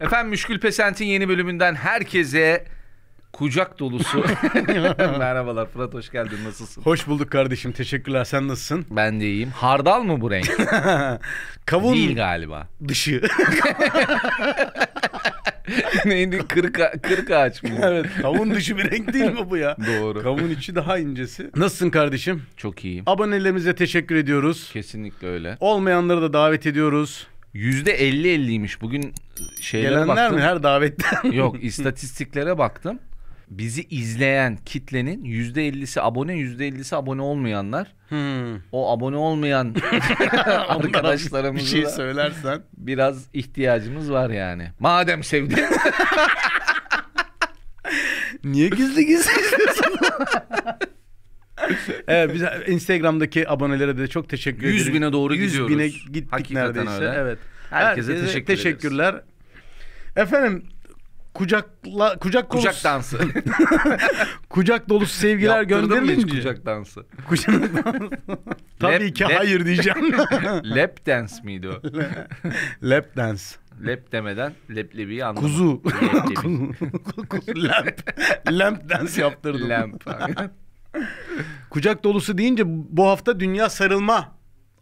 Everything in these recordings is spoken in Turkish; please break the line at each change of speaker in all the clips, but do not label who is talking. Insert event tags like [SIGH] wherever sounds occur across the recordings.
Efendim Müşkül Pesent'in yeni bölümünden herkese kucak dolusu [LAUGHS] merhabalar. Fırat hoş geldin nasılsın?
Hoş bulduk kardeşim. Teşekkürler. Sen nasılsın?
Ben de iyiyim. Hardal mı bu [LAUGHS] renk?
Kavun
Değil galiba.
dışı.
[LAUGHS] Neydi? Kırık, a- kırık ağaç [LAUGHS] mı?
evet. Kavun dışı bir renk değil mi bu ya?
[LAUGHS] Doğru.
Kavun içi daha incesi. Nasılsın kardeşim?
Çok iyiyim.
Abonelerimize teşekkür ediyoruz.
Kesinlikle öyle.
Olmayanları da davet ediyoruz.
Yüzde elli elliymiş. Bugün şeylere
Gelenler
baktım. [LAUGHS]
mi her davetten?
Yok istatistiklere baktım. Bizi izleyen kitlenin yüzde ellisi abone, yüzde ellisi abone olmayanlar.
Hmm.
O abone [LAUGHS] olmayan
Bir
arkadaşlarımıza
şey söylersen.
biraz ihtiyacımız var yani. Madem
[LAUGHS]
sevdin.
Niye
[LAUGHS]
gizli gizli izliyorsun? evet biz Instagram'daki abonelere de çok teşekkür ederiz.
100 bine doğru
100
gidiyoruz.
bine gittik
Hakikaten
neredeyse.
öyle.
Evet.
Herkese teşekkür ederiz.
teşekkürler. Efendim kucakla kucak dolusu,
kucak
[LAUGHS]
dansı.
kucak dolusu sevgiler
Yaptırdın mı hiç
gönderilince [LAUGHS]
kucak dansı.
kucak Tabii
Lap-
ki
lap-
hayır diyeceğim.
[LAUGHS] Lap dance miydi o?
lap dance.
Lap demeden leblebiyi anlamadım.
Kuzu.
Leblebi.
Kuzu. Lamp. Lamp dance yaptırdım. [LAUGHS]
Lamp.
Kucak dolusu deyince bu hafta dünya sarılma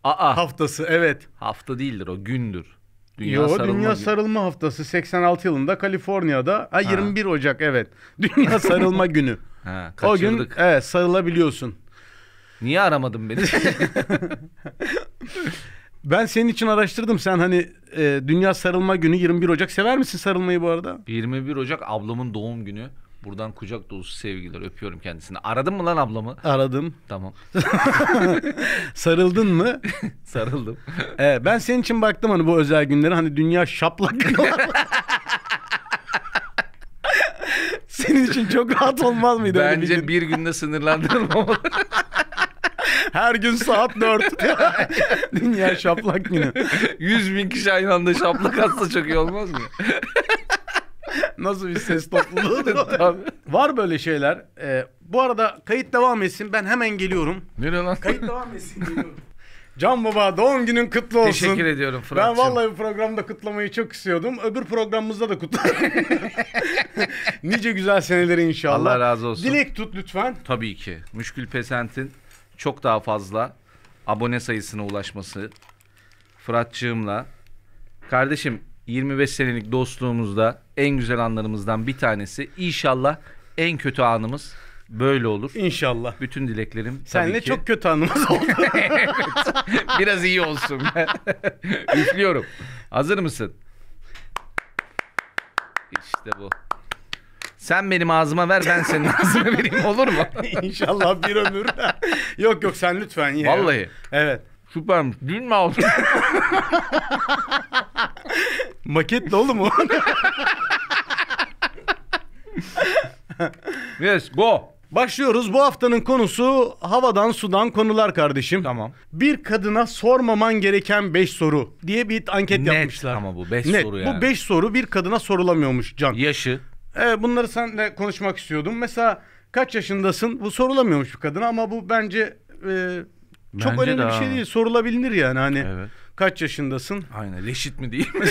Aa
haftası. Evet.
hafta değildir o gündür. Dünya
Yo,
sarılma
Dünya
günü.
Sarılma Haftası 86 yılında Kaliforniya'da ha, 21 Ocak evet. Dünya Sarılma Günü.
Ha,
o gün
kaçırdık.
evet, sarılabiliyorsun.
Niye aramadın beni? [LAUGHS]
Ben senin için araştırdım. Sen hani e, Dünya Sarılma Günü 21 Ocak sever misin sarılmayı bu arada?
21 Ocak ablamın doğum günü. Buradan kucak dolusu sevgiler öpüyorum kendisini. Aradın mı lan ablamı?
Aradım.
Tamam. [LAUGHS]
Sarıldın mı?
Sarıldım.
E, ben senin için baktım hani bu özel günleri hani
[LAUGHS]
Dünya Şaplak Günü. olarak. senin için çok rahat olmaz mıydı? öyle bir gün?
Bence bir günde sınırlandırılmamalı.
her gün saat 4. [LAUGHS] Dünya Şaplak Günü.
100 bin kişi aynı anda şaplak atsa çok iyi olmaz mı?
Nasıl bir ses topluluğu?
[LAUGHS] Tabii.
Var böyle şeyler. Ee, bu arada kayıt devam etsin. Ben hemen geliyorum.
Nereye lan?
Kayıt devam etsin geliyorum. [LAUGHS] Can Baba doğum günün kutlu olsun.
Teşekkür ediyorum
Ben
Fırat'cığım.
vallahi bu programda kutlamayı çok istiyordum. Öbür programımızda
[LAUGHS]
da kutlarım. nice güzel seneleri inşallah.
Allah razı olsun.
Dilek tut lütfen.
Tabii ki. Müşkül Pesent'in çok daha fazla abone sayısına ulaşması. Fırat'cığımla. Kardeşim 25 senelik dostluğumuzda en güzel anlarımızdan bir tanesi. İnşallah en kötü anımız böyle olur.
İnşallah.
Bütün dileklerim tabii
Senle
ki
çok kötü anımız oldu.
[LAUGHS] biraz iyi olsun. [LAUGHS] Üflüyorum. Hazır mısın? İşte bu. Sen benim ağzıma ver ben senin [LAUGHS] ağzına vereyim olur [LAUGHS] mu?
İnşallah bir ömür. [LAUGHS] yok yok sen lütfen ye.
Vallahi.
Evet.
Süpermiş. Dün mü aldın?
Maketle
[LAUGHS]
oğlum o.
[LAUGHS] Yes go.
Başlıyoruz. Bu haftanın konusu havadan sudan konular kardeşim.
Tamam.
Bir kadına sormaman gereken 5 soru diye bir anket
Net
yapmışlar.
ama bu, beş
Net.
soru yani.
Bu 5 soru bir kadına sorulamıyormuş Can.
Yaşı.
Ee, bunları seninle konuşmak istiyordum. Mesela kaç yaşındasın? Bu sorulamıyormuş bir kadına ama bu bence e, çok
Bence
önemli
de
bir şey
abi.
değil. Sorulabilir yani hani.
Evet.
Kaç yaşındasın?
Aynen. Reşit mi değil mi?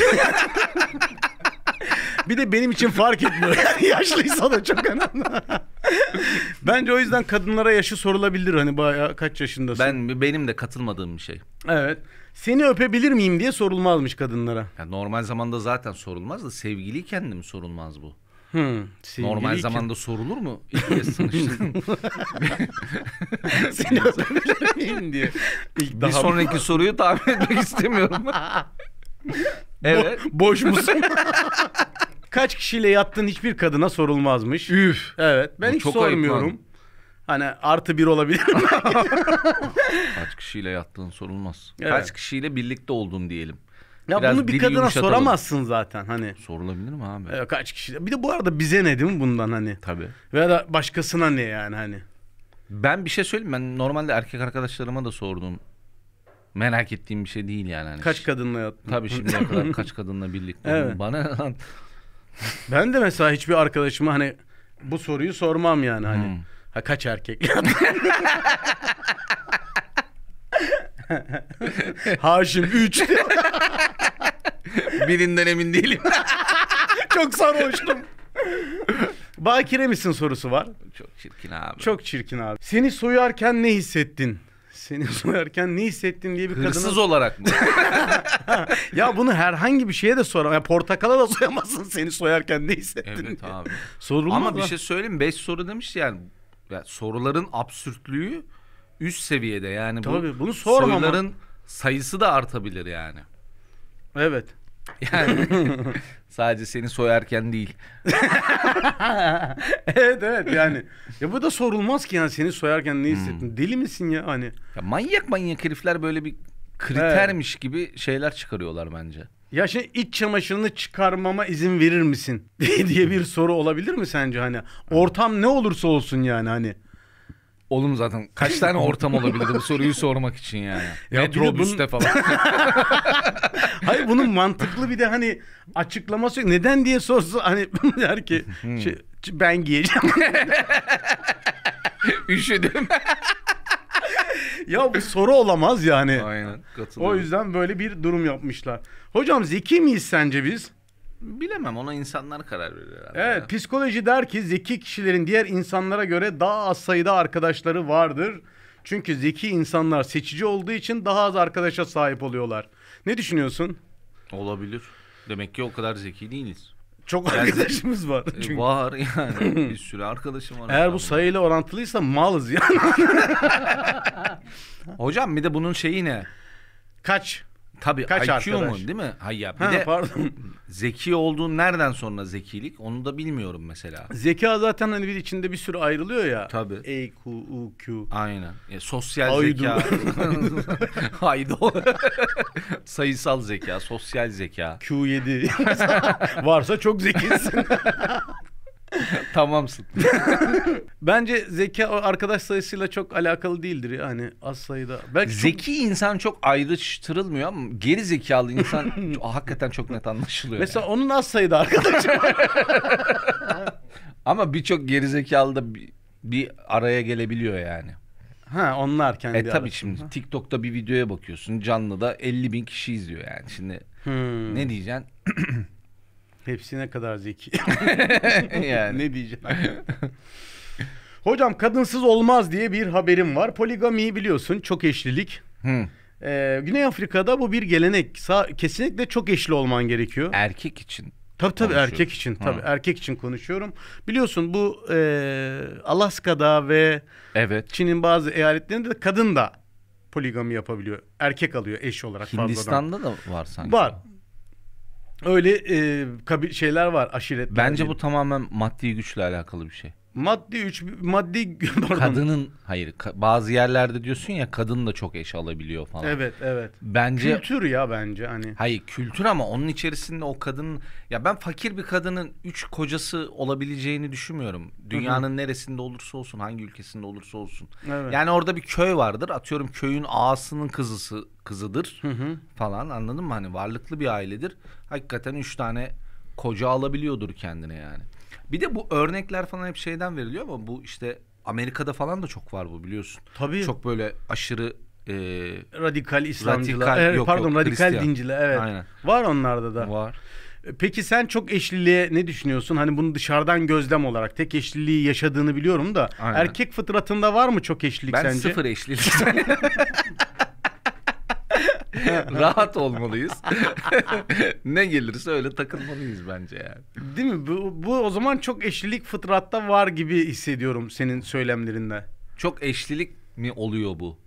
Bir de benim için
[LAUGHS]
fark etmiyor. Yani yaşlıysa da çok önemli. Bence o yüzden kadınlara yaşı sorulabilir. Hani bayağı kaç yaşındasın?
ben benim de katılmadığım bir şey.
Evet. Seni öpebilir miyim diye sorulmazmış kadınlara.
Ya normal zamanda zaten sorulmaz da sevgiliyken de mi sorulmaz bu?
Hmm.
normal
sevgiliyken [LAUGHS]
zamanda sorulur mu? İlk kez [LAUGHS] tanıştım.
seni öpebilir miyim diye. İlk
bir sonraki soruyu tahmin etmek [LAUGHS] istemiyorum. evet.
boş musun? [LAUGHS] Kaç kişiyle yattın hiçbir kadına sorulmazmış.
Üf.
Evet. Ben
Bu
hiç
çok ayıp
sormuyorum.
lan.
Hani artı bir olabilir
[LAUGHS]
mi?
Kaç kişiyle yattığın sorulmaz.
Evet.
Kaç kişiyle birlikte oldun diyelim.
ya
Biraz
bunu bir
dili
kadına
yumuşatalım.
soramazsın zaten hani.
Sorulabilir mi abi?
Ee, Kaç kişi? Bir de bu arada bize ne değil mi bundan hani?
Tabii.
Veya da başkasına ne yani hani?
Ben bir şey söyleyeyim. Ben normalde erkek arkadaşlarıma da sordum. Merak ettiğim bir şey değil yani. Hani
Kaç kadınla yattın?
Tabii
[LAUGHS]
şimdiye kadar kaç kadınla birlikte
Evet.
oldum. Bana ne lan
Ben de mesela hiçbir arkadaşıma hani bu soruyu sormam yani hani.
Hmm.
Ha kaç erkek? [LAUGHS] Haşim 3.
birinden emin değilim.
[LAUGHS]
[LAUGHS]
Çok sarhoştum. Bakire misin sorusu var.
Çok çirkin abi.
Çok çirkin abi. Seni soyarken ne hissettin? Seni [LAUGHS] soyarken ne hissettin diye bir kadına...
Hırsız olarak mı?
[LAUGHS] Ya bunu herhangi bir şeye de soramazsın. Ya portakala da soyamazsın seni soyarken ne hissettin
evet
diye.
abi.
Sorulmaz
Ama bir
lan.
şey söyleyeyim 5 soru demiş yani. Ya soruların absürtlüğü üst seviyede yani
Tabii,
bu
bunu sormama.
soruların sayısı da artabilir yani.
Evet.
[LAUGHS] Yani sadece seni soyarken değil.
[LAUGHS] evet evet yani. Ya bu da sorulmaz ki yani seni soyarken ne hissettin? Deli misin ya hani?
Ya manyak manyak herifler böyle bir kritermiş gibi şeyler çıkarıyorlar bence.
Ya şimdi iç çamaşırını çıkarmama izin verir misin [LAUGHS] diye bir soru olabilir mi sence hani? Ortam ne olursa olsun yani hani.
Oğlum zaten kaç tane ortam olabilir bu soruyu sormak için yani.
Ya bir de bunun-
Metrobüste falan. [LAUGHS]
Hayır bunun mantıklı bir de hani açıklaması yok. Neden diye sorsa hani [LAUGHS] der ki şey, ben giyeceğim. [LAUGHS]
Üşüdüm.
ya bu soru olamaz yani.
Aynen katılıyorum.
O yüzden böyle bir durum yapmışlar. Hocam zeki miyiz sence biz?
Bilemem ona insanlar karar verir herhalde.
Evet, psikoloji der ki zeki kişilerin diğer insanlara göre daha az sayıda arkadaşları vardır. Çünkü zeki insanlar seçici olduğu için daha az arkadaşa sahip oluyorlar. Ne düşünüyorsun?
Olabilir. Demek ki o kadar zeki değiliz.
Çok arkadaşımız var.
E,
Çünkü
var
[LAUGHS]
yani. Bir sürü arkadaşım var.
eğer bu
hatta
sayıyla orantılıysa malız yani.
bunun. Hocam bir de bunun şeyi ne?
[LAUGHS] Kaç?
Tabii
Kaç
IQ mu
arkadaş?
değil mi? Hayır ya. Bir
Ha,
de
pardon.
[LAUGHS] zeki olduğun nereden sonra zekilik onu da bilmiyorum mesela.
Zeka zaten hani bir içinde bir sürü ayrılıyor ya.
Tabii.
E, Q, U, Q.
Aynen. E, sosyal
Aydu.
zeka. [LAUGHS] Haydo. Sayısal zeka, sosyal zeka.
Q7 [LAUGHS] varsa
[LAUGHS]
çok zekisin.
Tamamsın.
Bence zeka o arkadaş sayısıyla çok alakalı değildir yani az sayıda. Belki çok-
Zeki insan çok ayrıştırılmıyor ama geri zekalı
[LAUGHS]
insan hakikaten çok net anlaşılıyor.
Mesela onun az sayıda arkadaşı.
Ama birçok gerizekalı da bir, bir araya gelebiliyor yani.
ha onlar kendi
e tabii
arasında.
şimdi TikTok'ta bir videoya bakıyorsun canlıda 50 bin kişi izliyor yani. Şimdi
Hmm.
ne
[LAUGHS]
diyeceksin? [LAUGHS]
Hepsi ne kadar zeki. [LAUGHS]
yani.
ne diyeceğim. Hocam kadınsız olmaz diye bir haberim var. Poligamiyi biliyorsun çok eşlilik.
Hı.
Ee, Güney Afrika'da bu bir gelenek. Sa- kesinlikle çok eşli olman gerekiyor.
Erkek için.
Tabii tabii
Er-, Konuşuyoruz.
erkek için tabii
Ha.
erkek için konuşuyorum. Biliyorsun bu e, Alaska'da ve
Evet.
Çin'in bazı eyaletlerinde de kadın da poligami yapabiliyor. Erkek alıyor eş olarak fazladan.
Hindistan'da da var sanki.
Var. Öyle e, kabi- şeyler var aşiretler.
Bence bu
diyeyim.
tamamen maddi güçle alakalı bir şey.
maddi üç maddi [LAUGHS] pardon.
Kadının hayır ka- bazı yerlerde diyorsun ya kadın da çok eş alabiliyor falan.
Evet evet.
Bence
Kültür ya bence hani.
Hayır kültür ama onun içerisinde o kadının ya ben fakir bir kadının üç kocası olabileceğini düşünmüyorum. Dünyanın neresinde olursa olsun, hangi ülkesinde olursa olsun.
Evet.
Yani orada bir köy vardır. Atıyorum köyün ağasının kızısı kızıdır falan. Anladın mı? Hani varlıklı bir ailedir. Hakikaten üç tane koca alabiliyordur kendine yani. Bir de bu örnekler falan hep şeyden veriliyor ama bu işte Amerika'da falan da çok var bu biliyorsun.
Tabii.
Çok böyle aşırı e,
radikal İslamcılar.
Radikal-
Evet,
yok,
pardon
yok,
radikal
Hristiyan.
dinciler evet.
Aynen.
Var onlarda da.
var.
Peki sen çok eşliliğe ne düşünüyorsun? Hani bunu dışarıdan gözlem olarak tek eşliliği yaşadığını biliyorum da
Aynen.
erkek fıtratında var mı çok eşlilik
Ben
sence?
sıfır
[LAUGHS]
eşlilik. Rahat olmalıyız. [LAUGHS] ne gelirse öyle takılmalıyız bence yani.
Değil mi? Bu, bu o zaman çok eşlilik fıtratta var gibi hissediyorum senin söylemlerinde.
Çok eşlilik mi oluyor bu?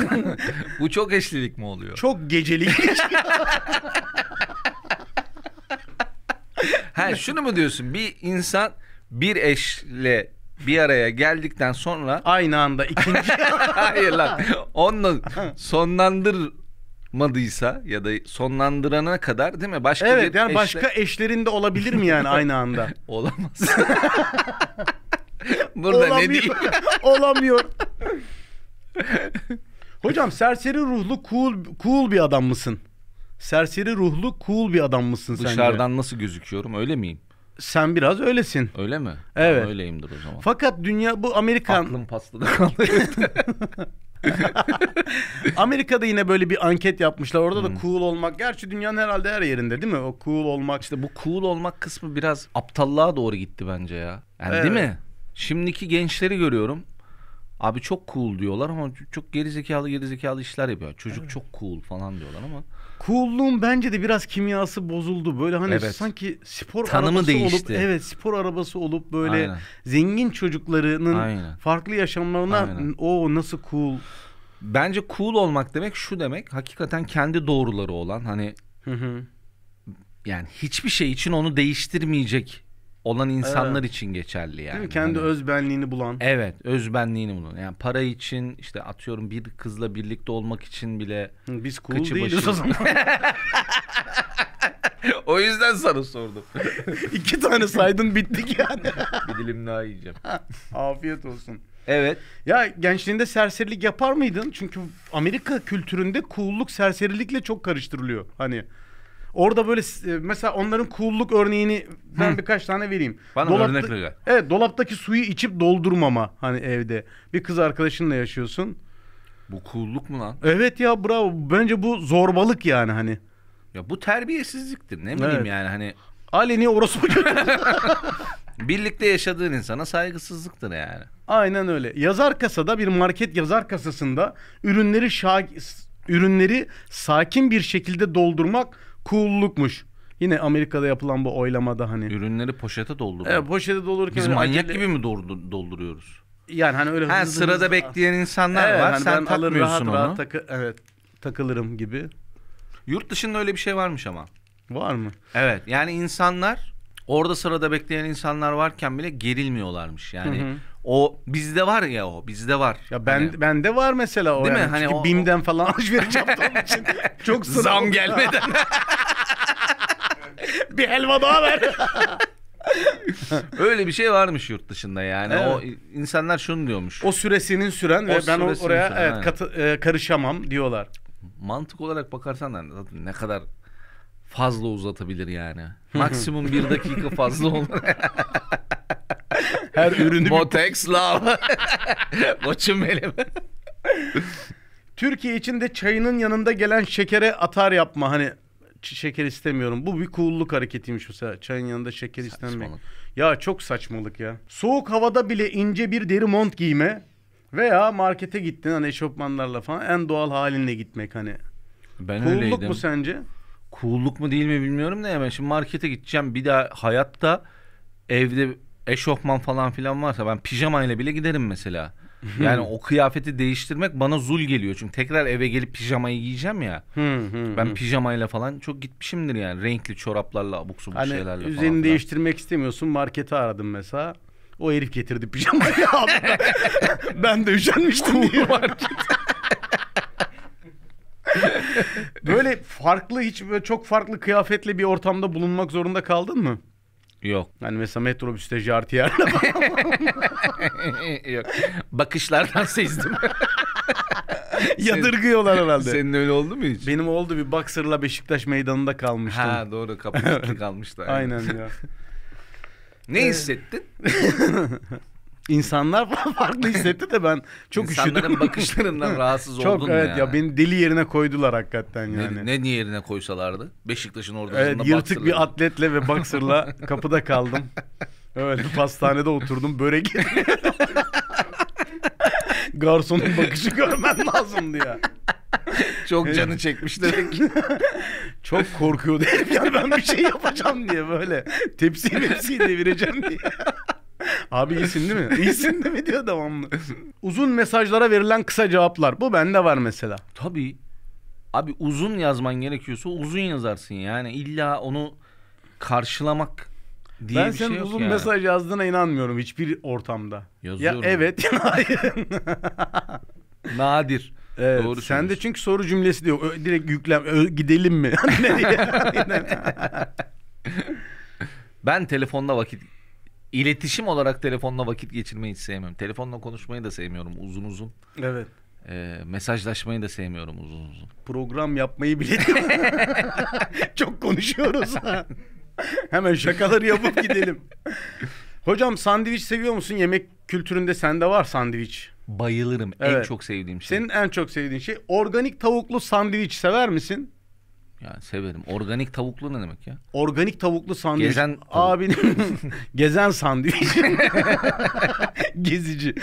[LAUGHS] bu çok eşlilik mi oluyor?
Çok gecelik.
[LAUGHS] Ha şunu mu diyorsun? Bir insan bir eşle bir araya geldikten sonra [LAUGHS]
Aynı anda ikinci.
hayır lan onunla sonlandırmadıysa ya da sonlandırana kadar değil mi? Başka
evet
bir
yani
eşle-
başka eşlerin de olabilir mi yani aynı
[LAUGHS]
anda?
olamaz.
[LAUGHS]
Burada ne diyeyim?
Olamıyor. Hocam serseri ruhlu cool, cool bir adam mısın? Serseri ruhlu cool bir adam mısın sence?
Dışarıdan nasıl gözüküyorum öyle miyim?
Sen biraz öylesin.
Öyle mi?
Evet.
Ama öyleyimdir o zaman.
Fakat dünya bu Amerikan
Aklım pastada kaldı.
[LAUGHS] Amerika'da yine böyle bir anket yapmışlar. Orada da cool olmak. Gerçi dünyanın herhalde her yerinde değil mi? O cool olmak.
İşte bu cool olmak kısmı biraz aptallığa doğru gitti bence ya. Yani
Evet.
değil mi? Şimdiki gençleri görüyorum. Abi çok cool diyorlar ama çok gerizekalı gerizekalı işler yapıyor. Çocuk çok cool falan diyorlar ama
Cool'luğun bence de biraz kimyası bozuldu. Böyle hani
Evet.
sanki spor
Tanımı
arabası olup
değişti.
evet spor arabası olup böyle
Aynen.
zengin çocuklarının
Aynen.
farklı yaşamlarına
Aynen.
o nasıl cool.
bence cool olmak demek şu demek. Hakikaten kendi doğruları olan hani
Hı hı.
yani hiçbir şey için onu değiştirmeyecek olan insanlar için geçerli yani.
Değil mi? Kendi
Hani-
özbenliğini bulan.
Evet, özbenliğini bulun. Yani para için işte atıyorum bir kızla birlikte olmak için bile
Hı, Biz cool
E, Kıçı
değiliz
başı.
o zaman.
[LAUGHS] o yüzden sana [LAUGHS] sordum.
İki tane saydın
[LAUGHS]
bittik yani.
bir dilim daha
[LAUGHS]
yiyeceğim.
Afiyet olsun.
Evet.
Ya gençliğinde serserilik yapar mıydın? Çünkü Amerika kültüründe coolluk serserilikle çok karıştırılıyor. Hani orada böyle s- e, mesela onların coolluk örneğini ben birkaç tane vereyim.
Bana örnek ver.
Evet dolaptaki suyu içip doldurmama hani evde. Bir kız arkadaşınla yaşıyorsun.
Bu kulluk mu lan?
Evet ya bravo. Bence bu zorbalık yani hani.
Ya bu terbiyesizliktir. Ne bileyim
Evet.
yani hani
Aleni orospu çocuğu.
birlikte yaşadığın insana saygısızlıktır yani.
Aynen öyle. Yazar kasada bir market yazar kasasında ürünleri şa- s- ürünleri sakin bir şekilde doldurmak coollukmuş. Yine Amerika'da yapılan bu oylamada hani.
Ürünleri poşete doldur.
Evet, poşete E, doldururken
Biz
öyle
manyak
acele-
gibi mi doldur- dolduruyoruz?
yani hani öyle
Ha
hızlı
sırada
hızlı-
bekleyen insanlar
Evet,
var.
hani
Sen
ben alır
takmıyorsun
rahat
onu.
rahat takı- evet takılırım gibi.
Yurt dışında öyle bir şey varmış ama.
Var mı?
Evet yani insanlar orada sırada bekleyen insanlar varken bile gerilmiyorlarmış yani.
Hı hı.
O bizde var ya o bizde var.
Ya ben [LAUGHS]
Hani
bende var mesela o
Değil mi?
yani.
Hani
Çünkü
o-
BİM'den falan [LAUGHS] alışveriş yaptığım
[LAUGHS]
için çok sıra
zam
oldu.
gelmeden.
bir helva daha ver.
[LAUGHS] öyle bir şey varmış yurt dışında yani.
Evet.
O insanlar şunu diyormuş.
o süresinin süren ve
O
ben o-
süresinin
oraya
süren,
evet
aynen.
katı- e, karışamam diyorlar.
Mantık olarak bakarsan da zaten ne kadar fazla uzatabilir yani. Maksimum bir dakika fazla olur.
Her [LAUGHS] ürünü bir-
Motex love. [LAUGHS] Koçum benim.
Türkiye için de çayının yanında gelen şekere atar yapma hani ç- şeker istemiyorum. Bu bir coolluk hareketiymiş mesela. Çayın yanında şeker istenmek.
Saçmalık.
Ya çok saçmalık ya. Soğuk havada bile ince bir deri mont giyme veya markete gittin hani eşofmanlarla falan en doğal halinle gitmek hani.
Ben
Coolluk
öyleydim.
mu sence?
Cool'luk mu değil mi bilmiyorum da hemen şimdi markete gideceğim bir daha hayatta evde eşofman falan filan varsa ben pijamayla bile giderim mesela. Yani o kıyafeti değiştirmek bana zul geliyor. Çünkü tekrar eve gelip pijamayı giyeceğim ya.
Hı hı.
Ben pijamayla falan çok gitmişimdir yani. Renkli çoraplarla, abuk subuk
Hani
şeylerle falan.
üzerini
filan.
değiştirmek istemiyorsun. Markete aradım mesela. O herif getirdi pijamayı [LAUGHS] abi. ben de üşenmiştim diye. böyle farklı hiç böyle çok farklı kıyafetle bir ortamda bulunmak zorunda kaldın mı?
[LAUGHS] Yok. [LAUGHS]
Yani Hani mesela metrobüste jartiyerle
Yok. Bakışlardan
[LAUGHS]
sezdim.
yadırgıyorlar herhalde.
Senin öyle oldu mu hiç?
Benim oldu bir boxer'la Beşiktaş meydanında kalmıştım.
Ha doğru kapı
[LAUGHS]
kilitli kalmıştı.
Aynen ya.
Ne hissettin?
İnsanlar
[LAUGHS]
farklı hissetti de ben çok
İnsanların [LAUGHS]
üşüdüm.
bakışlarından rahatsız
[LAUGHS] Çok
oldun mu
evet
yani?
ya beni deli yerine koydular hakikaten
Ne,
yani.
ne niye yerine koysalardı? Beşiktaş'ın orada
Evet, yırtık bir atletle ve boxer'la kapıda kaldım. Öyle pastanede oturdum
[LAUGHS]
börek. yedim. Garsonun bakışı görmen lazımdı ya.
[LAUGHS] Çok canı çekmiş demek.
Çok korkuyordu herif yani ben bir şey yapacağım diye böyle. Tepsiyi mepsiyi devireceğim diye. Abi iyisin değil mi? İyisin değil mi diyor devamlı. Uzun mesajlara verilen kısa cevaplar. Bu bende var mesela.
[LAUGHS] Tabii. Abi uzun yazman gerekiyorsa uzun yazarsın yani. İlla onu karşılamak diye
ben
bir şey
senin
yok
uzun
yani.
mesaj yazdığına inanmıyorum hiçbir ortamda.
Yazıyorum.
Ya evet [LAUGHS] ya hayır.
Nadir.
Evet,
Doğru
sen de
söylüyorsun.
çünkü soru cümlesi diyor. Ö- direkt yüklem ö- gidelim mi? [LAUGHS]
[LAUGHS]
Ne diye?
Ben telefonla vakit iletişim olarak telefonla vakit geçirmeyi hiç sevmiyorum. Telefonla konuşmayı da sevmiyorum uzun uzun.
evet.
Ee, mesajlaşmayı da sevmiyorum uzun uzun.
Program yapmayı bile [LAUGHS] çok
[LAUGHS]
konuşuyoruz. ha. Hemen şakaları yapıp gidelim. Hocam sandviç seviyor musun? Yemek kültüründe sende var sandviç.
Bayılırım. En
Evet.
çok sevdiğim şey.
Senin en çok sevdiğin şey organik tavuklu sandviç sever misin?
Yani severim. Organik tavuklu ne demek ya?
Organik tavuklu sandviç.
Gezen tavuk.
Abinin [LAUGHS] gezen sandviç. [LAUGHS] Gezici.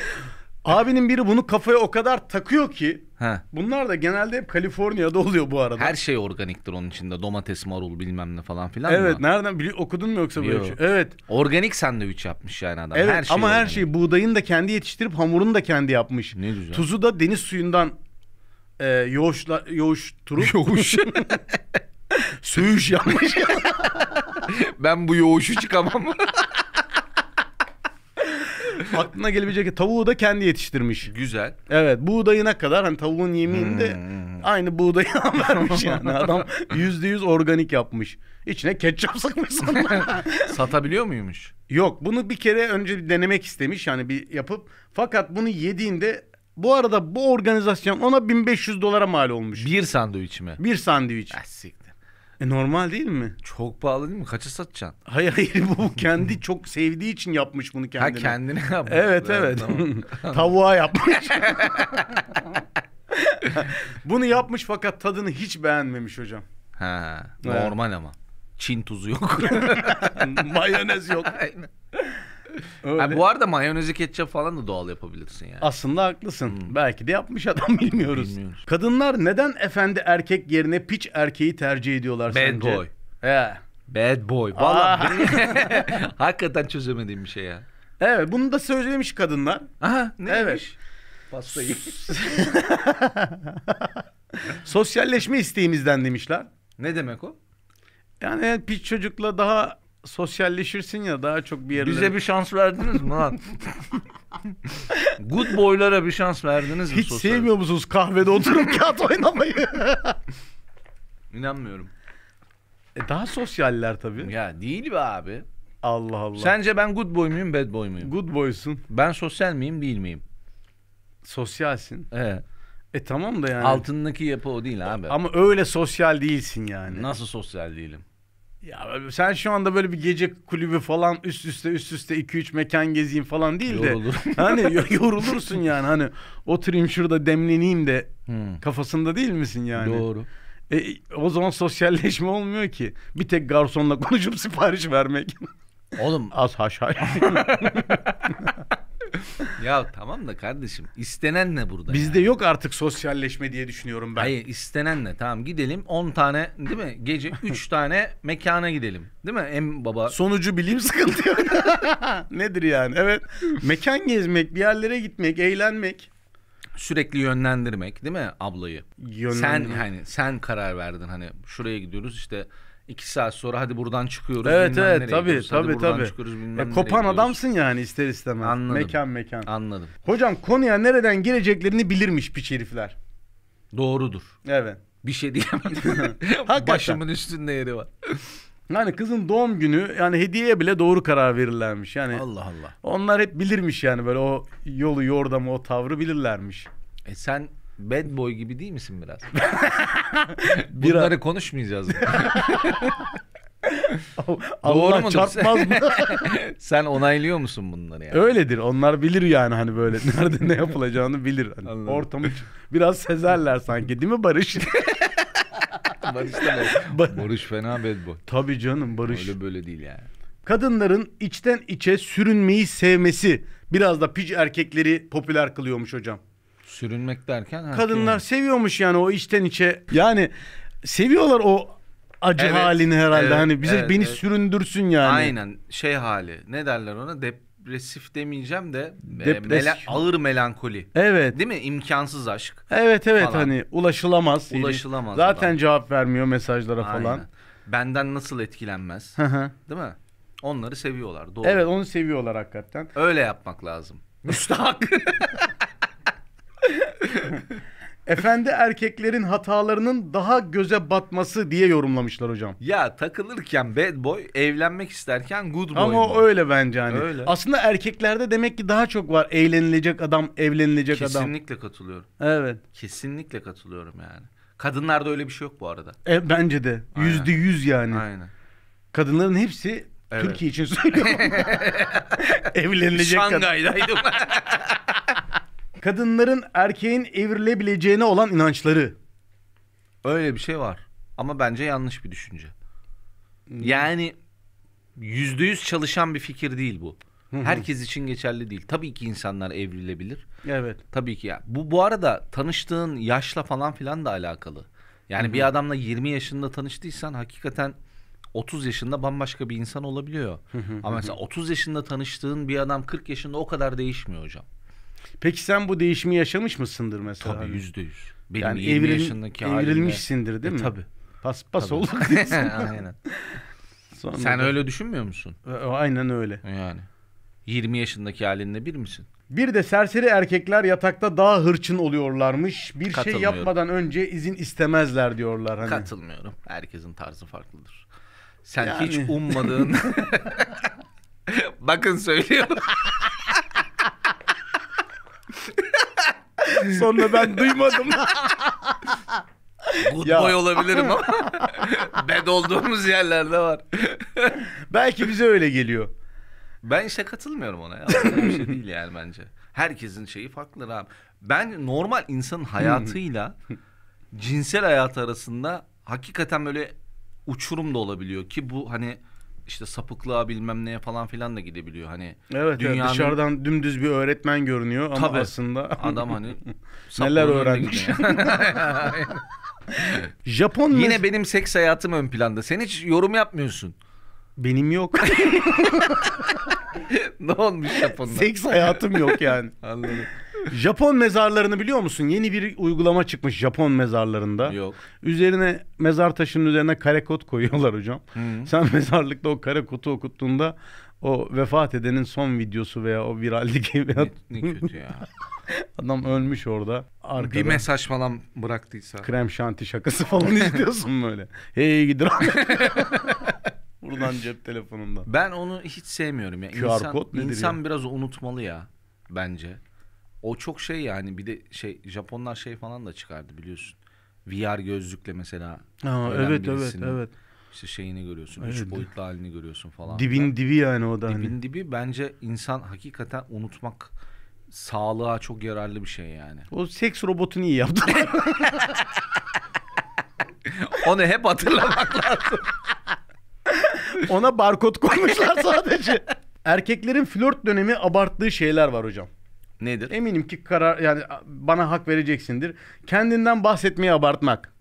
Abinin biri bunu kafaya o kadar takıyor ki
Ha.
bunlar da genelde hep Kaliforniya'da oluyor bu arada.
Her şey organiktir onun içinde. Domates, marul bilmem ne falan filan
evet,
mı?
nereden bili okudun mu yoksa böyle bir şey?
Yok.
Evet.
Organik sandviç yapmış yani adam.
Evet
her şey
ama her
organik.
şeyi buğdayın da kendi yetiştirip hamurunu da kendi yapmış.
Ne güzel.
Tuzu da deniz suyundan e, yoğuşla,
[LAUGHS]
yoğuşturup
Yoğuş.
[LAUGHS]
[LAUGHS]
söğüş yapmış. şey-
ben bu yoğuşu çıkamam. [LAUGHS]
Aklına gelebilecek tavuğu da kendi yetiştirmiş.
Güzel.
Evet buğdayına kadar hani tavuğun yemeğini de
Hmm.
aynı buğdayına [LAUGHS] vermiş yani. Adam yüzde yüz organik yapmış. İçine ketçap
[LAUGHS]
sıkmış sonra.
Satabiliyor muymuş?
Yok bunu bir kere önce bir denemek istemiş yani bir yapıp. Fakat bunu yediğinde bu arada bu organizasyon ona 1500 dolara mal olmuş.
Bir sandviç mi?
Bir sandviç.
Ah, siktir.
E, normal değil mi?
Çok pahalı değil mi? Kaça satacaksın?
Hayır hayır bu
[LAUGHS]
kendi çok sevdiği için yapmış bunu kendine.
Ha kendine yap.
Evet evet.
tamam.
[LAUGHS] Tavuğa yapmış. [LAUGHS] Bunu yapmış fakat tadını hiç beğenmemiş
[LAUGHS]
hocam.
ha,
Evet.
normal ama. Çin tuzu
[LAUGHS]
yok.
Mayonez yok.
Aynen.
Öyle.
Ha, bu arada mayonezi ketçap falan da doğal yapabilirsin yani.
Aslında haklısın. Belki de yapmış adam bilmiyoruz.
Hmm. Bilmiyoruz.
Kadınlar neden efendi erkek yerine piç erkeği tercih ediyorlar
Bad
sence?
boy.
He.
Bad boy. Vallahi benim- [LAUGHS] hakikaten çözemediğim bir şey ya.
Evet bunu da söylemiş kadınlar.
Aha
Evet.
neymiş?
[LAUGHS]
Pastayı.
Sosyalleşme isteğimizden demişler.
ne demek o?
Yani eğer piç çocukla daha sosyalleşirsin ya daha çok bir yerlere.
Bize bir şans verdiniz mi
[LAUGHS]
lan? Good boylara bir şans verdiniz mi?
Hiç
sosyal-
sevmiyor musunuz kahvede [LAUGHS] oturup kağıt oynamayı?
İnanmıyorum.
E, daha sosyaller tabii.
Ya değil be abi.
Allah Allah. Sen
Sence ben good boy muyum bad boy muyum?
good boysun.
Ben sosyal miyim değil miyim?
Sosyalsin.
Ee,
E tamam da yani.
Altındaki yapı o değil abi.
Ama öyle sosyal değilsin yani.
Nasıl sosyal değilim?
Ya böyle- sen şu anda böyle bir gece kulübü falan üst üste üst üste 2-3 mekan gezeyim falan değil de.
Yorulurum.
[LAUGHS] hani yo- yorulursun yani hani oturayım şurada demleneyim de
Hmm.
kafasında değil misin yani?
Doğru.
E, o zaman sosyalleşme olmuyor ki. Bir tek garsonla [LAUGHS] konuşup sipariş vermek.
Oğlum
Az haş haş.
ya tamam da kardeşim istenen ne burada?
[LAUGHS] Bizde yok artık sosyalleşme diye düşünüyorum ben.
Hayır istenen ne? Tamam gidelim 10 tane değil mi? Gece
[LAUGHS]
3 tane mekana gidelim. Değil mi? Em baba.
Sonucu bileyim sıkıntı yok. Nedir yani? Evet. Mekan gezmek, bir yerlere gitmek, eğlenmek.
[LAUGHS] sürekli yönlendirmek değil mi ablayı?
Yönlendirmek. E,
Sen hani sen karar verdin hani şuraya gidiyoruz işte iki saat sonra hadi buradan çıkıyoruz.
Evet
bilmem
evet
nereye
tabii
gidiyoruz, hadi
tabii
buradan
tabii.
Çıkıyoruz,
Ya
bilmem nereye
kopan
gidiyoruz.
adamsın yani ister istemez.
Anladım.
Mekan mekan.
Anladım.
Hocam konuya nereden gireceklerini bilirmiş piç herifler.
Doğrudur.
Evet.
Bir şey diyemem.
[LAUGHS] Hakikaten.
Başımın üstünde yeri var.
Yani kızın doğum günü yani hediyeye bile doğru karar verirlermiş. Yani
Allah Allah.
onlar hep bilirmiş yani böyle o yolu yordamı o tavrı bilirlermiş.
E sen bad boy gibi değil misin
[LAUGHS]
biraz? Bunları konuşmayacağız. mı?
Allah
mudur?
çarpmaz mı?
[LAUGHS] sen onaylıyor musun bunları yani?
[LAUGHS] Öyledir. Onlar bilir yani hani böyle [LAUGHS] nerede ne yapılacağını bilir. Hani
Anladım.
ortamı ç- biraz sezerler sanki değil
[LAUGHS]
mi Barış?
Barış da bad-
Bar-
Barış fena bad boy.
Tabii canım Barış.
Öyle böyle değil yani.
Kadınların içten içe sürünmeyi sevmesi biraz da piç erkekleri popüler kılıyormuş hocam.
Sürünmek derken ha,
Kadınlar seviyormuş yani o içten içe. Yani seviyorlar o acı
Evet,
halini herhalde.
evet,
hani bize
evet,
beni
evet.
süründürsün yani.
Aynen şey hali ne derler ona depresif demeyeceğim de e,
Depresif.
mela- ağır melankoli.
Evet.
Değil mi? İmkansız aşk.
Evet evet
Falan.
hani ulaşılamaz.
Ulaşılamaz
Zaten
adam.
cevap vermiyor mesajlara
Aynen.
falan.
Benden nasıl etkilenmez?
Hı hı.
Değil mi? Onları seviyorlar. Doğru.
evet onu seviyorlar hakikaten.
Öyle yapmak lazım. [LAUGHS] Müstahak.
Efendi erkeklerin hatalarının daha göze batması diye yorumlamışlar hocam.
ya takılırken bad boy, evlenmek isterken good boy.
Ama
mu?
o öyle bence hani.
Öyle.
Aslında erkeklerde demek ki daha çok var eğlenilecek adam, evlenilecek adam.
Kesinlikle katılıyorum.
Evet.
Kesinlikle katılıyorum yani. Kadınlarda öyle bir şey yok bu arada.
E, bence de.
Aynen.
Yüzde yüz yani.
Aynen.
Kadınların hepsi
Evet.
Türkiye
[LAUGHS]
için [LAUGHS] söylüyorum. evlenilecek kadın.
Şangay'daydım.
Kadınların erkeğin evrilebileceğine olan inançları.
Öyle bir şey var. Ama bence yanlış bir düşünce.
Hmm.
Yani yüzde yüz çalışan bir fikir değil bu. Herkes için geçerli değil. Tabii ki insanlar evrilebilir.
Evet.
Tabii ki ya. Bu bu arada tanıştığın yaşla falan filan da alakalı. Yani bir adamla 20 yaşında tanıştıysan hakikaten 30 yaşında bambaşka bir insan olabiliyor. Ama mesela 30 yaşında tanıştığın bir adam 40 yaşında o kadar değişmiyor hocam.
Peki sen bu değişimi yaşamış mısındır mesela?
Tabii
abi?
yüzde yüz. Benim
Yani
20
evril-
yaşındaki halimle-
evrilmişsindir değil
E,
mi?
tabii.
Pas pas
Tabii. [LAUGHS]
[LAUGHS] olduk.
Aynen.
Sonra
Sen
da-
öyle düşünmüyor musun?
E, Aynen öyle.
Yani. 20 yaşındaki halinle bir misin?
Bir de serseri erkekler yatakta daha hırçın oluyorlarmış. Bir şey
Katılmıyorum.
yapmadan önce izin istemezler diyorlar hani.
Katılmıyorum. Herkesin tarzı farklıdır. Sen
Yani.
hiç
[LAUGHS]
ummadığın... Bakın söylüyorum.
[LAUGHS] Sonra ben [LAUGHS] duymadım.
Good
Ya.
boy olabilirim
[LAUGHS]
ama bed olduğumuz yerlerde var.
Belki bize öyle geliyor.
Ben işte katılmıyorum ona ya. Öyle bir şey değil yani bence. Herkesin şeyi farklı abi. Ben normal
Hmm.
insanın hayatıyla cinsel hayatı arasında hakikaten böyle uçurum da olabiliyor ki bu hani işte sapıklığa bilmem neye falan filan da gidebiliyor. Hani
Evet, evet
Dünyanın-
dışarıdan dümdüz bir öğretmen görünüyor ama
Tabii.
aslında
adam hani
neler
saplığın önünde
öğrenmiş.
gidiyor.
[LAUGHS] Japon
[LAUGHS]
mes-
Yine benim seks hayatım ön planda. Sen hiç yorum
[LAUGHS]
yapmıyorsun.
benim [LAUGHS] yok.
ne olmuş Japonlar?
Seks hayatım yok yani.
Anladım.
Japon mezarlarını biliyor musun? Yeni bir uygulama çıkmış Japon mezarlarında.
Yok.
Üzerine mezar taşının üzerine kare kod koyuyorlar hocam. Sen [LAUGHS] mezarlıkta o kare kodu okuttuğunda o vefat edenin son videosu veya o viraldeki veya
Ne, ne kötü ya.
[LAUGHS] adam ölmüş orada. Arkada
Bir mesaj falan bıraktıysa.
krem şanti şakası falan [LAUGHS] izliyorsun böyle. Hey gidi rahmet. [LAUGHS] Buradan cep telefonundan.
Ben onu hiç sevmiyorum ya.
QR
İnsan,
kod nedir
insan
ya?
biraz unutmalı ya bence. O çok şey yani bir de şey Japonlar şey falan da çıkardı biliyorsun. VR gözlükle mesela.
Ha,
ölen
evet evet
birisinin
evet.
İşte şeyini görüyorsun.
Evet.
Üç boyutlu halini görüyorsun falan.
Dibin dibi yani o da hani.
Dibin dibi bence insan hakikaten unutmak sağlığa çok yararlı bir şey yani.
O seks robotunu iyi yaptı.
[LAUGHS]
[LAUGHS]
Onu hep hatırlamak lazım.
Ona barkod koymuşlar sadece. Erkeklerin flört dönemi abarttığı şeyler var hocam.
[LAUGHS] Nedir?
Eminim ki karar yani bana hak vereceksindir. Kendinden bahsetmeyi abartmak.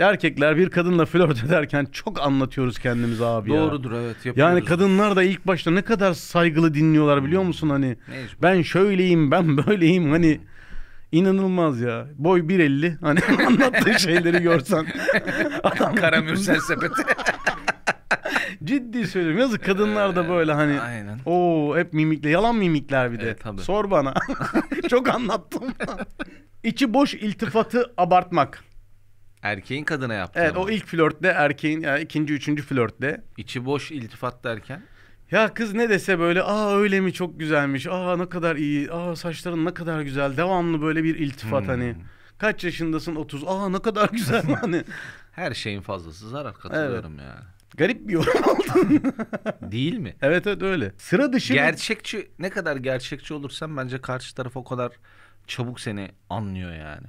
Erkekler bir kadınla flört ederken çok anlatıyoruz kendimizi abi ya.
Doğrudur evet yapıyoruz.
Yani kadınlar da ilk başta ne kadar saygılı dinliyorlar biliyor
Hmm.
musun hani.
Mecbur.
Ben şöyleyim ben böyleyim hani inanılmaz ya. Boy 1.50 hani [LAUGHS] anlattığı
[LAUGHS]
şeyleri görsen. Adam
Karamürsel [LAUGHS] sepeti.
Ciddi söylüyorum. Yazık kadınlar da böyle
[LAUGHS]
hani.
Aynen.
Oo hep mimikle. Yalan mimikler bir de.
Evet, tabii.
Sor bana. [LAUGHS] Çok anlattım. İçi boş iltifatı abartmak.
Erkeğin kadına yaptığı.
Evet
ama.
o ilk flörtte erkeğin yani ikinci üçüncü flörtte.
İçi boş iltifat derken.
Ya kız ne dese böyle aa öyle mi çok güzelmiş. Aa ne kadar iyi. Aa saçların ne kadar güzel. Devamlı böyle bir iltifat hani. Kaç yaşındasın 30. Aa ne kadar güzel [LAUGHS] hani.
Her şeyin fazlası zarar katılıyorum yani.
Garip bir yorum oldu.
Değil mi?
evet evet öyle. Sıra dışı mı?
Gerçekçi ne kadar gerçekçi olursan bence karşı taraf o kadar çabuk seni anlıyor yani.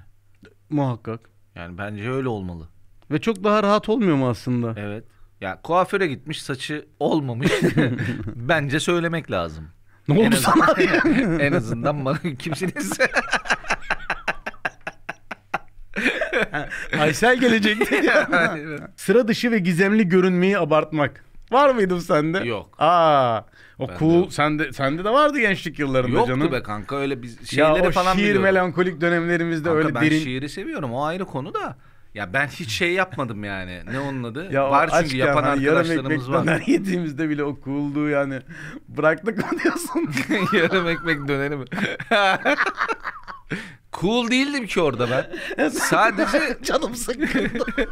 muhakkak.
Yani bence öyle olmalı.
Ve çok daha rahat olmuyor mu aslında?
Evet. Ya kuaföre gitmiş saçı
[LAUGHS]
olmamış. bence söylemek lazım.
Ne oldu sana? [LAUGHS]
azından, [LAUGHS] en azından bana kimsiniz?
Aysel gelecekti.
[LAUGHS]
Sıra dışı ve gizemli görünmeyi abartmak. Var mıydım sende?
Yok.
Aa. O
Bende
cool
yok.
sende sende de vardı gençlik yıllarında
Yoktu
canım.
be kanka öyle biz
Ya
şeyleri
o
falan
şiir
biliyorum.
melankolik dönemlerimizde
Kanka
öyle
ben
derin
şiiri seviyorum o ayrı konu da. Ya ben hiç şey yapmadım yani. Ne onun adı?
ya o
var çünkü
açken
yapan
hani yarım
arkadaşlarımız var.
ekmek döner yediğimizde bile o cool'luğu yani bıraktık mı
[LAUGHS]
diyorsun?
[LAUGHS] yarım ekmek döneri
[LAUGHS]
mi? cool değildim ki orada
[LAUGHS]
ben. Sadece
Canım sıkkındı.
[LAUGHS]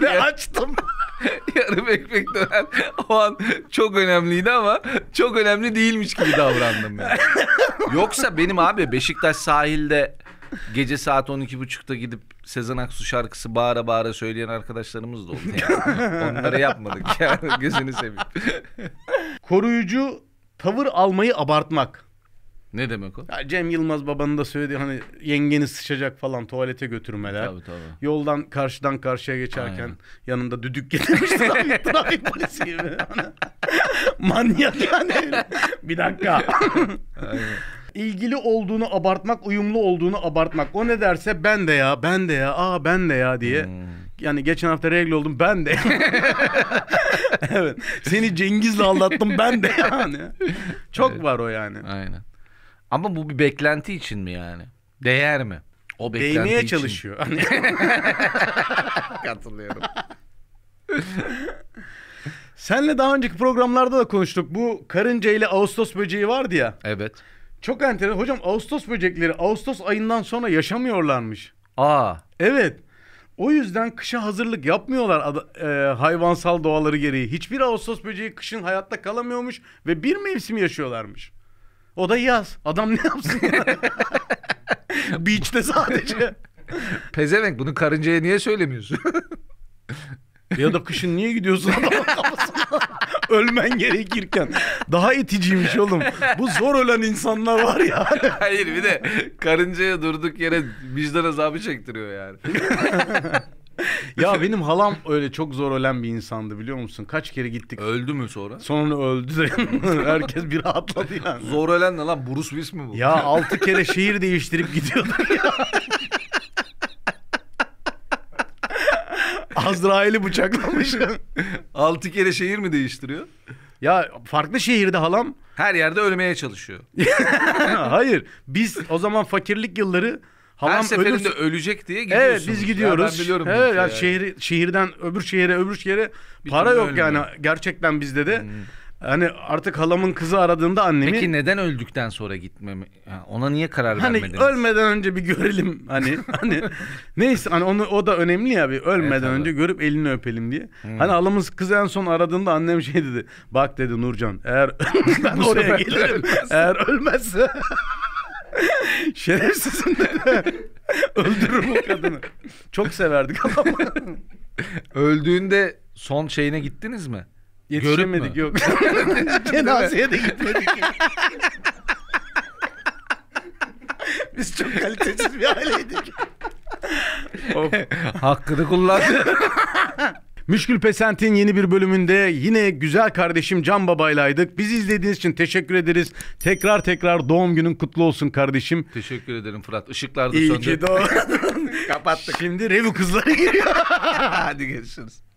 Ve
Ya.
açtım.
[LAUGHS] yarım ekmek döner o an çok önemliydi ama çok önemli değilmiş gibi davrandım yani.
[LAUGHS]
Yoksa benim abi Beşiktaş sahilde gece saat 12.30'da gidip Sezen Aksu şarkısı bağıra bağıra söyleyen arkadaşlarımız da oldu.
[LAUGHS]
Yani. Onları yapmadık yani gözünü seveyim.
Koruyucu tavır almayı abartmak.
Ne demek o?
Ya Cem Yılmaz babanın da söylediği hani yengeni sıçacak falan tuvalete götürmeler.
Tabii tabii.
Yoldan karşıdan karşıya geçerken
Aynen.
yanında düdük
[LAUGHS]
getirmiş trafik, trafik polisi gibi. Hani Manyak yani. Bir dakika. İlgili olduğunu abartmak, uyumlu olduğunu abartmak. O ne derse ben de ya, ben de ya, aa ben de ya diye.
Hmm.
Yani geçen hafta regl oldum ben de. [LAUGHS] evet. Seni Cengiz'le aldattım ben de yani. Çok
Evet.
var o yani.
Aynen. Ama bu bir beklenti için mi yani? Değer mi? O beklenti
Değmeye
için.
çalışıyor. [LAUGHS] Hani [LAUGHS]
Katılıyorum.
Senle daha önceki programlarda da konuştuk. Bu karınca ile Ağustos böceği vardı ya.
Evet.
Çok enteresan. Hocam Ağustos böcekleri Ağustos ayından sonra yaşamıyorlarmış.
Aa.
Evet. O yüzden kışa hazırlık yapmıyorlar ada- e, hayvansal doğaları gereği. Hiçbir Ağustos böceği kışın hayatta kalamıyormuş ve bir mevsim yaşıyorlarmış. O da yaz. Adam ne yapsın ya? Beach'te sadece.
Pezevenk bunu karıncaya niye söylemiyorsun?
ya da kışın niye gidiyorsun [LAUGHS] adamın kafasına? Ölmen gerekirken. Daha iticiymiş oğlum. Bu zor ölen insanlar var ya.
Hayır bir de karıncaya durduk yere vicdan azabı çektiriyor yani.
[LAUGHS] ya benim halam öyle çok zor ölen bir insandı biliyor musun? Kaç kere gittik.
Öldü mü sonra?
Sonra öldü de [LAUGHS] herkes bir rahatladı yani.
Zor ölen ne lan? Bruce Willis mi bu?
Ya altı kere şehir değiştirip gidiyordu ya. Azrail'i bıçaklamış.
Altı kere şehir mi değiştiriyor?
ya farklı şehirde halam.
Her yerde ölmeye çalışıyor.
Hayır. Biz o zaman fakirlik yılları halam
Her seferinde
ölürse-
ölecek diye gidiyorsunuz.
Evet biz
Ya
gidiyoruz.
ben biliyorum.
evet
ya
yani şehri, şehirden öbür şehire öbür şehire para
türlü
yok yani
ölmüyor. Hmm.
gerçekten bizde de. Hani artık halamın kızı aradığında annemi
Peki neden öldükten sonra gitmemi? Ha, ona niye karar
Hani
vermediniz?
ölmeden önce bir görelim
[LAUGHS]
hani hani neyse hani onu o da önemli ya bir
Evet, Hmm.
ölmeden
tabii.
önce görüp elini öpelim diye. Hani halamız kız en son aradığında annem şey dedi. Bak dedi Nurcan eğer
[LAUGHS]
ben
Bu
oraya
sefer de
gelirim
ölmezsin."
eğer ölmezse [LAUGHS] şerefsizim dedi.
[LAUGHS]
Öldürürüm o kadını. Çok severdik adamı.
[LAUGHS] Öldüğünde son şeyine gittiniz mi? Görüp mü?
Yetişemedik yok. [LAUGHS] Cenazeye de gitmedik. [LAUGHS] Biz çok kalitesiz bir aileydik. of.
[LAUGHS] Hakkını kullandı.
Müşkül Pesent'in yeni bir bölümünde yine güzel kardeşim Can Baba'ylaydık. Bizi izlediğiniz için teşekkür ederiz. Tekrar tekrar doğum günün kutlu olsun kardeşim.
Teşekkür ederim Fırat. Işıklar da söndü.
[LAUGHS] doğdun. Kapattık. Şimdi revü kızları geliyor.
Hadi görüşürüz.